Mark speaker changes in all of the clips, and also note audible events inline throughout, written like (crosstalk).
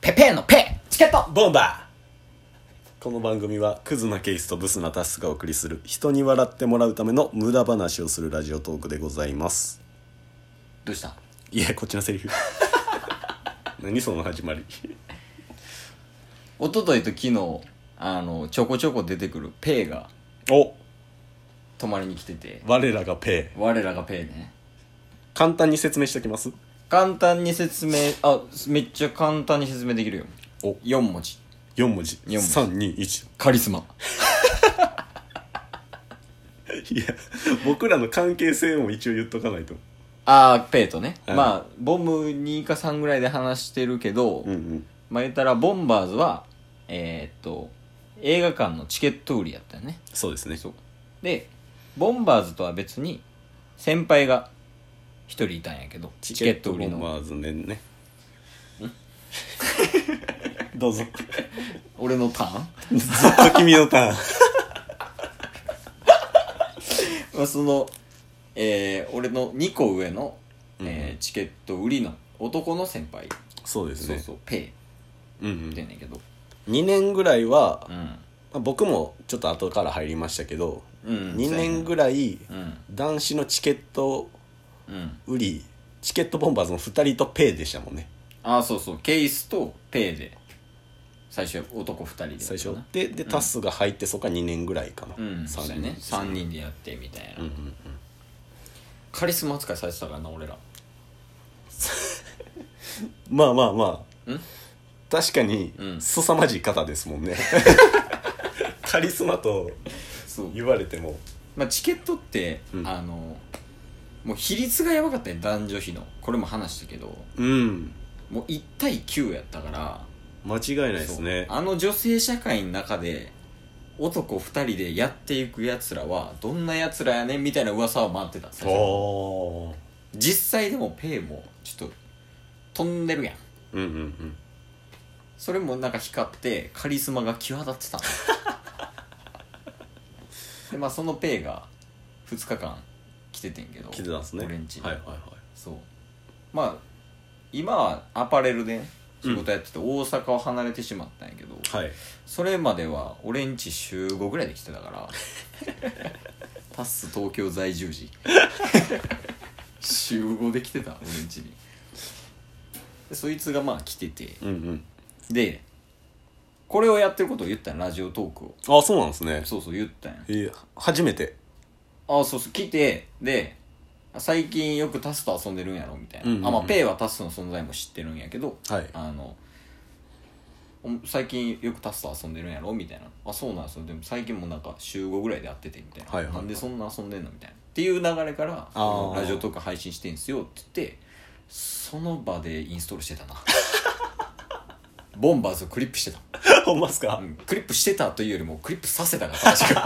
Speaker 1: ペペーのペチケット
Speaker 2: ボンバーこの番組はクズなケースとブスなタスがお送りする人に笑ってもらうための無駄話をするラジオトークでございます
Speaker 1: どうした
Speaker 2: いやこっちのセリフ (laughs) 何その始まり
Speaker 1: 一昨日と昨日、あの、ちょこちょこ出てくるペーが
Speaker 2: お
Speaker 1: 泊まりに来てて、
Speaker 2: 我らがペイ
Speaker 1: 我らがペーね。
Speaker 2: 簡単に説明しておきます
Speaker 1: 簡単に説明、あ、めっちゃ簡単に説明できるよ。
Speaker 2: お
Speaker 1: 4文字。
Speaker 2: 4文字
Speaker 1: 四文字
Speaker 2: 321
Speaker 1: カリスマ。
Speaker 2: いや僕らの関係性も一応言っとかないと
Speaker 1: あー、ペーとね。
Speaker 2: うん
Speaker 1: まあ、ボム2か3ぐらいで話してるけど、
Speaker 2: うんうん
Speaker 1: まあ言ったら、ボンバーズは、えーっと、映画館のチケット売りやったよね。
Speaker 2: そうですね
Speaker 1: そうでボンバーズとは別に先輩が一人いたんやけどチケット売り
Speaker 2: ボン
Speaker 1: の
Speaker 2: バーズねね (laughs) どうぞ
Speaker 1: 俺のター
Speaker 2: (laughs)
Speaker 1: ン
Speaker 2: ずっと君のターン
Speaker 1: まあその、えー俺の2個上の、えーチケット売りの男の先輩
Speaker 2: そうです
Speaker 1: そう
Speaker 2: ね
Speaker 1: そうペイって
Speaker 2: うんう
Speaker 1: 言うん
Speaker 2: ん、
Speaker 1: やけど
Speaker 2: 2年ぐらいは
Speaker 1: う、ん
Speaker 2: まあ僕もちょっと後から入りましたけど、
Speaker 1: うん
Speaker 2: 2年ぐらい
Speaker 1: うん
Speaker 2: 男子のチケット
Speaker 1: うん
Speaker 2: 売りチケットボンバーズの2人とペイでしたもんね
Speaker 1: ああそうそうケイスとペイで最初男2人で
Speaker 2: 最初
Speaker 1: な
Speaker 2: でで、タスが入ってそこから2年ぐらいかな、
Speaker 1: うんそ
Speaker 2: 三
Speaker 1: うだ
Speaker 2: 人
Speaker 1: よね
Speaker 2: です
Speaker 1: 3人でやってみたいな、
Speaker 2: うんうん
Speaker 1: カリスマ扱いされてたからな俺ら
Speaker 2: うん、まあまあまあ
Speaker 1: うん
Speaker 2: 確かに
Speaker 1: うん
Speaker 2: 凄まじい方ですも
Speaker 1: (laughs)
Speaker 2: んねカリスマと
Speaker 1: そう
Speaker 2: 言われても
Speaker 1: まあ、チケットって、
Speaker 2: うん
Speaker 1: あのもう比率がやばかったね男女比のこれも話したけど
Speaker 2: うん
Speaker 1: もう1対9やったから
Speaker 2: 間違いないですね
Speaker 1: そうあの女性社会の中で男2人でやっていくやつらはどんなやつらやねんみたいな噂は待ってた最初
Speaker 2: おー
Speaker 1: 実際でもペイもちょっと飛んでるやん
Speaker 2: うんうんうん
Speaker 1: それもなんか光ってカリスマが際立って
Speaker 2: (laughs)
Speaker 1: たのでまあそのペイが2日間来ててんけど
Speaker 2: 来てたんですね
Speaker 1: 俺んちに
Speaker 2: はいはいはい
Speaker 1: そうまあ今はアパレルでね仕事やってて大阪を離れてしまったんやけど、
Speaker 2: はい
Speaker 1: それまでは俺んち週5ぐらいで来てたから
Speaker 2: (laughs)
Speaker 1: タッス東京在住時週5で来てた俺んちにでそいつがまあ来てて
Speaker 2: うん
Speaker 1: でこれをやってることを言ったんラジオトークを
Speaker 2: うんあそうなんですね
Speaker 1: そうそう言ったんや
Speaker 2: えー初めて
Speaker 1: あそうそう来てで最近よくタスと遊んでるんやろみたいな、
Speaker 2: うんうんうん
Speaker 1: あまあペイはタスの存在も知ってるんやけど、
Speaker 2: はい
Speaker 1: あのお最近よくタスと遊んでるんやろみたいなあそうなんですよでも最近もなんか週5ぐらいで会っててみたいな、
Speaker 2: はいはい
Speaker 1: なんでそんな遊んでんのみたいなっていう流れから「
Speaker 2: あー
Speaker 1: ラジオトーク配信してんすよ」って言ってその場でインストールしてたな (laughs) ボンバーズをクリップしてた
Speaker 2: (laughs) ほんまっすか
Speaker 1: うんクリップしてたというよりもクリップさせたが
Speaker 2: (laughs)
Speaker 1: 正しく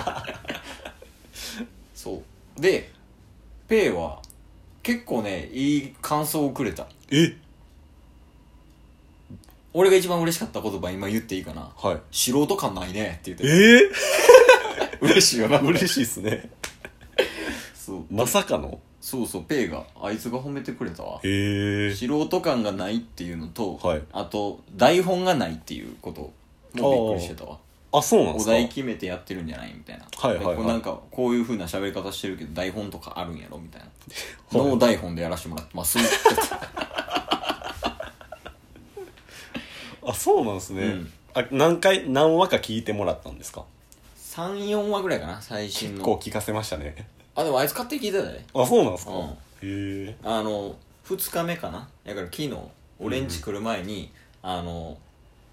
Speaker 1: そうでペイは結構ねいい感想をくれた
Speaker 2: え
Speaker 1: 俺が一番嬉しかった言葉今言っていいかな
Speaker 2: はい
Speaker 1: 素人感ないねって言って
Speaker 2: え
Speaker 1: 嬉しいよな
Speaker 2: ー、 (laughs) 嬉しいっすね
Speaker 1: そう
Speaker 2: まさかの
Speaker 1: そうそうペイがあいつが褒めてくれたわ
Speaker 2: へえ
Speaker 1: 素人感がないっていうのと、
Speaker 2: はい
Speaker 1: あと台本がないっていうこともびっくりしてたわ
Speaker 2: あそうなんで
Speaker 1: お
Speaker 2: すか
Speaker 1: 題決めてやってるんじゃないみたいな、
Speaker 2: はいはいはい
Speaker 1: でこうなんかこういうふうな喋り方してるけど台本とかあるんやろみたいな
Speaker 2: い (laughs) はい
Speaker 1: ノー台本でやらしてもらってます (laughs) って言って
Speaker 2: あそうなんですね、
Speaker 1: うん
Speaker 2: あ何回何話か聞いてもらったんですか
Speaker 1: 34話ぐらいかな最新
Speaker 2: こう
Speaker 1: の
Speaker 2: 聞かせましたね
Speaker 1: あでもあいつ買って聞いてたね
Speaker 2: あそうなんですか、
Speaker 1: うん
Speaker 2: へえ
Speaker 1: あの2日目かなだから昨日俺ん家来る前に、あの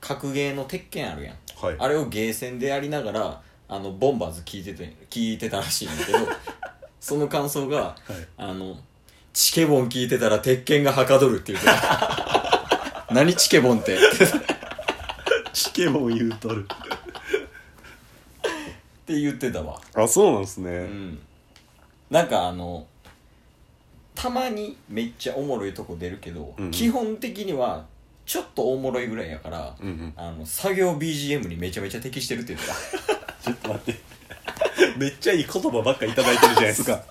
Speaker 1: 格ゲーの鉄拳あるやん
Speaker 2: はい
Speaker 1: あれをゲーセンでやりながらあのボンバーズ聞いてて聞いてたらしいんだけ (laughs) どその感想が
Speaker 2: はい
Speaker 1: あの、チケボン聞いてたら鉄拳がはかどるって言ってた。 (laughs) 何チケボンって。っ
Speaker 2: チケボン言うとる
Speaker 1: て言ってたわ。
Speaker 2: あそうなんですね、
Speaker 1: うん。なんかあの、たまにめっちゃおもろいとこ出るけど、
Speaker 2: うん
Speaker 1: 基本的にはちょっとおもろいぐらいやから、
Speaker 2: うんうん
Speaker 1: あの、作業 BGM にめちゃめちゃ適してるって
Speaker 2: (laughs)
Speaker 1: 言ってた。
Speaker 2: ちょっと待ってめっちゃいい言葉ばっかいただいてるじゃないですか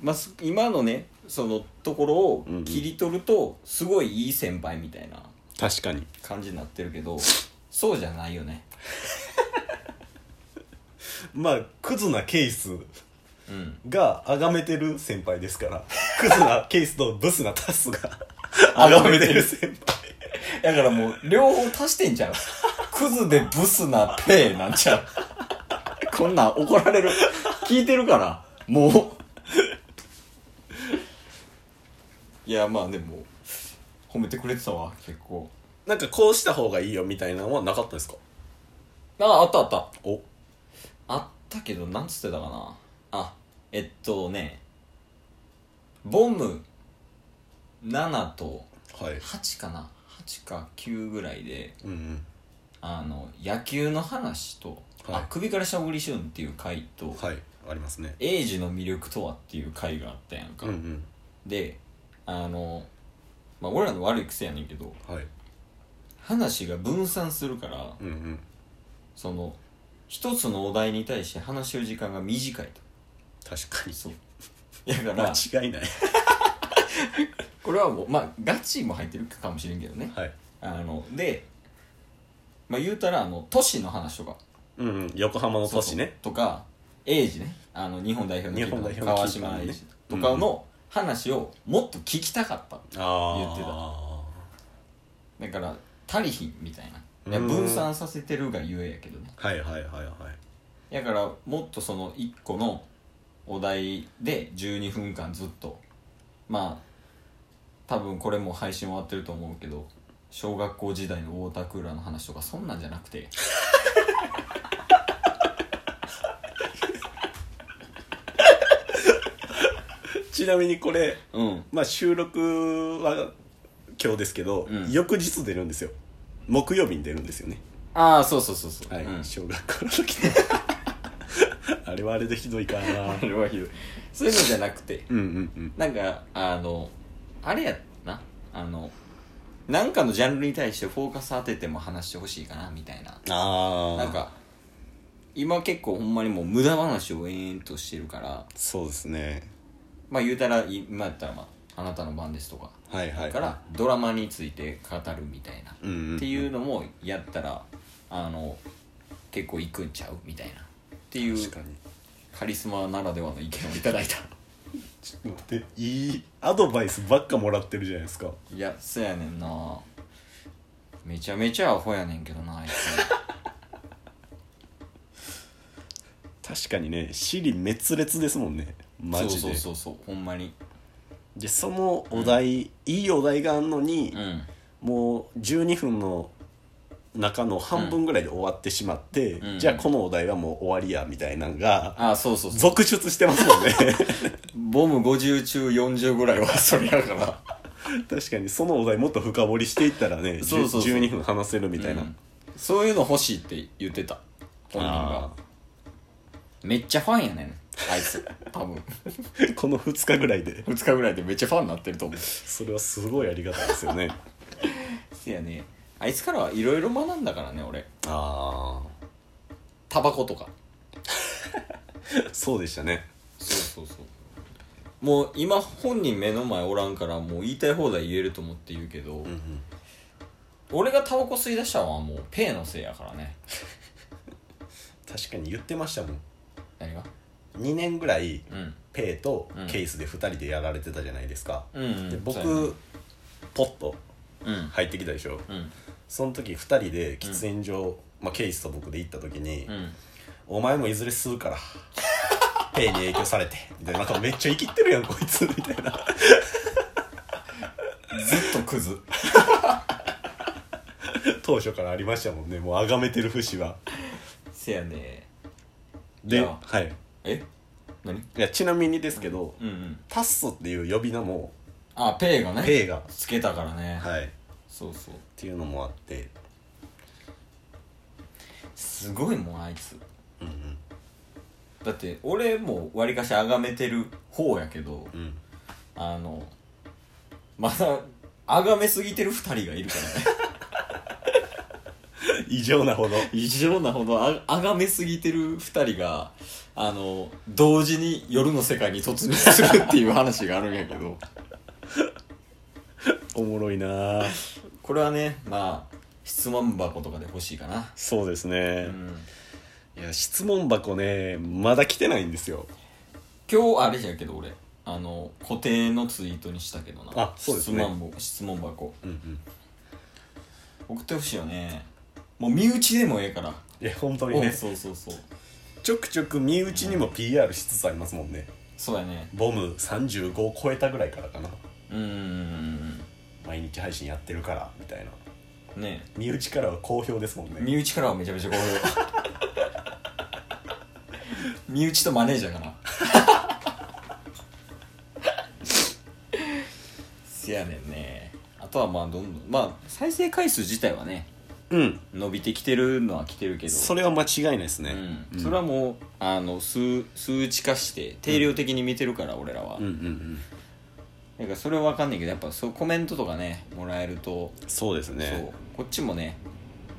Speaker 1: まあ、す今のね、そのところを切り取ると、すごいいい先輩みたいな
Speaker 2: (laughs) 確かに
Speaker 1: 感じになってるけどそうじゃないよね
Speaker 2: まあクズなケース
Speaker 1: うん
Speaker 2: が崇めてる先輩です (laughs) からクズなケースとブスなタスが (laughs) 崇めてる先輩
Speaker 1: だからもう両方足してんちゃうクズでブスなペーなんちゃうこんなん怒られる聞いてるからもういやまあでも褒めてくれてたわ結構
Speaker 2: なんかこうした方がいいよみたいなのはなかったですか
Speaker 1: ああったあった
Speaker 2: お
Speaker 1: あったけどなんつってたかなあえっとねボム7と
Speaker 2: はい
Speaker 1: 8かな8か9ぐらいで
Speaker 2: うんうん
Speaker 1: あの野球の話と、
Speaker 2: はい
Speaker 1: あ首からしゃぶりしゅんっていう回と、
Speaker 2: はいありますね
Speaker 1: エイジの魅力とはっていう回があったやんか、
Speaker 2: うん
Speaker 1: であのまあ俺らの悪い癖やねんけど
Speaker 2: うんはい
Speaker 1: 話が分散するから
Speaker 2: うんうん
Speaker 1: その一つのお題に対して話してる時間が短い
Speaker 2: 確か
Speaker 1: と
Speaker 2: に
Speaker 1: そうだから
Speaker 2: (laughs) 間違いない
Speaker 1: これはもうまあガチも入ってるかもしれんけどね
Speaker 2: はい
Speaker 1: あのでまあ言うたらあの都市の話とか
Speaker 2: うんうん横浜の都市ね
Speaker 1: そうそうとか英二ねあの日本代表のキーパー
Speaker 2: 日本代表の
Speaker 1: 川
Speaker 2: キーパー
Speaker 1: 島
Speaker 2: ね
Speaker 1: 英二とかの話をもっと聞きたかった、
Speaker 2: あ
Speaker 1: 言ってだから足りひんみたいないや
Speaker 2: うん
Speaker 1: 分散させてるがゆえやけどね
Speaker 2: はいはいはいはい
Speaker 1: だからもっとその1個のお題で12分間ずっとまあ多分これもう配信終わってると思うけど小学校時代のウォータークーラーの話とかそんなんじゃなくて
Speaker 2: ちなみにこれ、
Speaker 1: うん
Speaker 2: まあ、収録は今日ですけど、
Speaker 1: うん
Speaker 2: 翌日出るんですよ木曜日に出るんですよね
Speaker 1: ああそうそうそうそう、
Speaker 2: はい、
Speaker 1: うん
Speaker 2: 小学校の時の (laughs) あれはあれでひどいかな
Speaker 1: あれはひどいそういうのじゃなくて
Speaker 2: うんうんうん
Speaker 1: なんかあのあれやなあのなんかのジャンルに対してフォーカス当てても話してほしいかなみたいな
Speaker 2: ああ
Speaker 1: なんか今結構ほんまにもう無駄話を延々としてるから
Speaker 2: そうですね
Speaker 1: まあ言うたら今やったら、まあ「あなたの番です」とか
Speaker 2: はいはい
Speaker 1: からドラマについて語るみたいな、
Speaker 2: うんうんうん
Speaker 1: っていうのもやったらあの結構いくんちゃうみたいなっていう
Speaker 2: 確かに
Speaker 1: カリスマならではの意見をいただいた。
Speaker 2: ちょっと待っていいアドバイスばっかもらってるじゃないですか
Speaker 1: いやそうやねんなめちゃめちゃアホやねんけどなあいつ
Speaker 2: 確かにね尻滅裂ですもんねマジで
Speaker 1: そうそうそうそうほんまに
Speaker 2: でそのお題、いいお題があんのに、
Speaker 1: うん
Speaker 2: もう12分の中の半分ぐらいで終わってしまって、
Speaker 1: うん
Speaker 2: じゃあこのお題はもう終わりやみたいなのが
Speaker 1: あそうそうそう
Speaker 2: 続出してますもんね
Speaker 1: ボム50中40ぐらいはそれやから
Speaker 2: 確かにそのお題もっと深掘りしていったらねじ
Speaker 1: (laughs)
Speaker 2: ゅ
Speaker 1: そうそうそう
Speaker 2: 12分話せるみたいな、
Speaker 1: うんそういうの欲しいって言ってた本人が
Speaker 2: あ
Speaker 1: めっちゃファンやねんあいつ多分
Speaker 2: ー (laughs) この2日ぐらいで
Speaker 1: 2日ぐらいでめっちゃファンになってると思う
Speaker 2: それはすごいありがたいで
Speaker 1: (laughs)
Speaker 2: すよね
Speaker 1: せやねあいつからはいろいろ学んだからね俺
Speaker 2: ああ
Speaker 1: タバコとか
Speaker 2: そうでしたね
Speaker 1: そうそうそうもう今本人目の前おらんからもう言いたい放題言えると思って言うけど、
Speaker 2: うんうん
Speaker 1: 俺がタバコ吸い出したのはもうペイのせいやからね
Speaker 2: 確かに言ってましたもん
Speaker 1: 何が
Speaker 2: 2年ぐらい
Speaker 1: うん
Speaker 2: ペイと
Speaker 1: うん
Speaker 2: ケースで2人でやられてたじゃないですか、
Speaker 1: うんうん
Speaker 2: で僕、
Speaker 1: そうやね
Speaker 2: ポッと
Speaker 1: うん
Speaker 2: 入ってきたでしょ、
Speaker 1: うん
Speaker 2: その時2人で喫煙所、まあ、ケイスと僕で行った時に「
Speaker 1: うん
Speaker 2: お前もいずれ吸うから (laughs) ペイに影響されて」みたいななんかめっちゃ生きってるやんこいつみたい
Speaker 1: ずっ
Speaker 2: な
Speaker 1: とクズ
Speaker 2: 当初からありましたもんねもうあがめてる節は
Speaker 1: せやねい
Speaker 2: で
Speaker 1: や
Speaker 2: はい
Speaker 1: え何
Speaker 2: いやちなみにですけど、
Speaker 1: うんうん
Speaker 2: タッソっていう呼び名も
Speaker 1: あペイがね
Speaker 2: ペイが
Speaker 1: つけたからね、
Speaker 2: はいっ
Speaker 1: そうそう
Speaker 2: ていうのもあって
Speaker 1: すごいもんあいつ
Speaker 2: うんうん
Speaker 1: だって俺もわりかし崇めてる方やけど
Speaker 2: うん
Speaker 1: あのまだ崇めすぎてる二人がいるからね
Speaker 2: 異常なほど
Speaker 1: 異常なほどあ崇めすぎてる二人があの同時に夜の世界に突入するっていう話があるんやけど
Speaker 2: おもろいなあ
Speaker 1: これはねまあ質問箱とかで欲しいかな
Speaker 2: そうですね
Speaker 1: う、ん
Speaker 2: いや質問箱ねまだ来てないんですよ
Speaker 1: 今日あれじゃけど俺あの固定のツイートにしたけどな
Speaker 2: あそうですね
Speaker 1: 質問箱質問箱
Speaker 2: うんうん
Speaker 1: 送ってほしいよねもう身内でもええから
Speaker 2: いや本当に
Speaker 1: お
Speaker 2: ね
Speaker 1: そうそうそう
Speaker 2: ちょくちょく身内にも PR しつつありますもんね
Speaker 1: そうやね
Speaker 2: ボム35を超えたぐらいからかな
Speaker 1: うーん
Speaker 2: 毎日配信やってるからみたいな
Speaker 1: ね
Speaker 2: 身内からは好評ですもんね
Speaker 1: 身内からはめちゃめちゃ好評 (laughs) 身内とマネージャーかな (laughs) せやねんねあとはまあどんどんまあ再生回数自体はね
Speaker 2: うん
Speaker 1: 伸びてきてるのは来てるけど
Speaker 2: それは間違いないですね、
Speaker 1: うんそれはもうあの数数値化して定量的に見てるから、俺らは、
Speaker 2: うんうんうん
Speaker 1: だからそれは分かんないけどやっぱそうコメントとかねもらえると、
Speaker 2: そうです
Speaker 1: そう
Speaker 2: ね
Speaker 1: こっちもね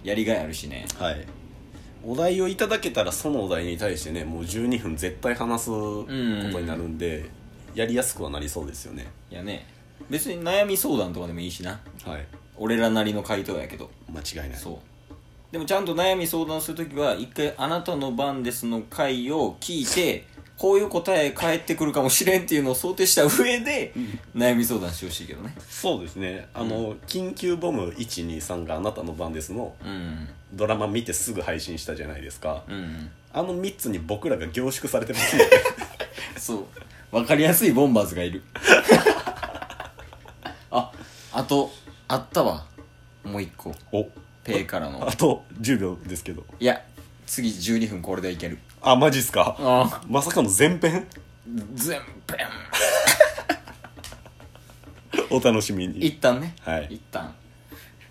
Speaker 1: やりがいあるしね
Speaker 2: はいお題をいただけたらそのお題に対してねもう12分絶対話すことになるんで、やりやすくはなりそうですよね
Speaker 1: いやね別に悩み相談とかでもいいしな
Speaker 2: はい
Speaker 1: 俺らなりの回答やけど
Speaker 2: 間違いない
Speaker 1: そうでもちゃんと悩み相談するときは一回「あなたの番です」の回を聞いてこういう答え返ってくるかもしれんっていうのを想定した上で悩み相談してほしいけどね
Speaker 2: そうですねあの、緊急ボム123があなたの番です」の
Speaker 1: うん
Speaker 2: ドラマ見てすぐ配信したじゃないですか、
Speaker 1: うん
Speaker 2: あの3つに僕らが凝縮され
Speaker 1: (laughs)
Speaker 2: てますよね
Speaker 1: そう分かりやすいボンバーズがいる (laughs) ああとあったわもう一個
Speaker 2: お
Speaker 1: ペイからの
Speaker 2: (laughs) あと10秒ですけど
Speaker 1: (laughs) いや次12分これでいける
Speaker 2: あマジっすか
Speaker 1: あ
Speaker 2: まさかの前編
Speaker 1: 全編
Speaker 2: お楽しみに
Speaker 1: 一旦ね
Speaker 2: はい
Speaker 1: 一旦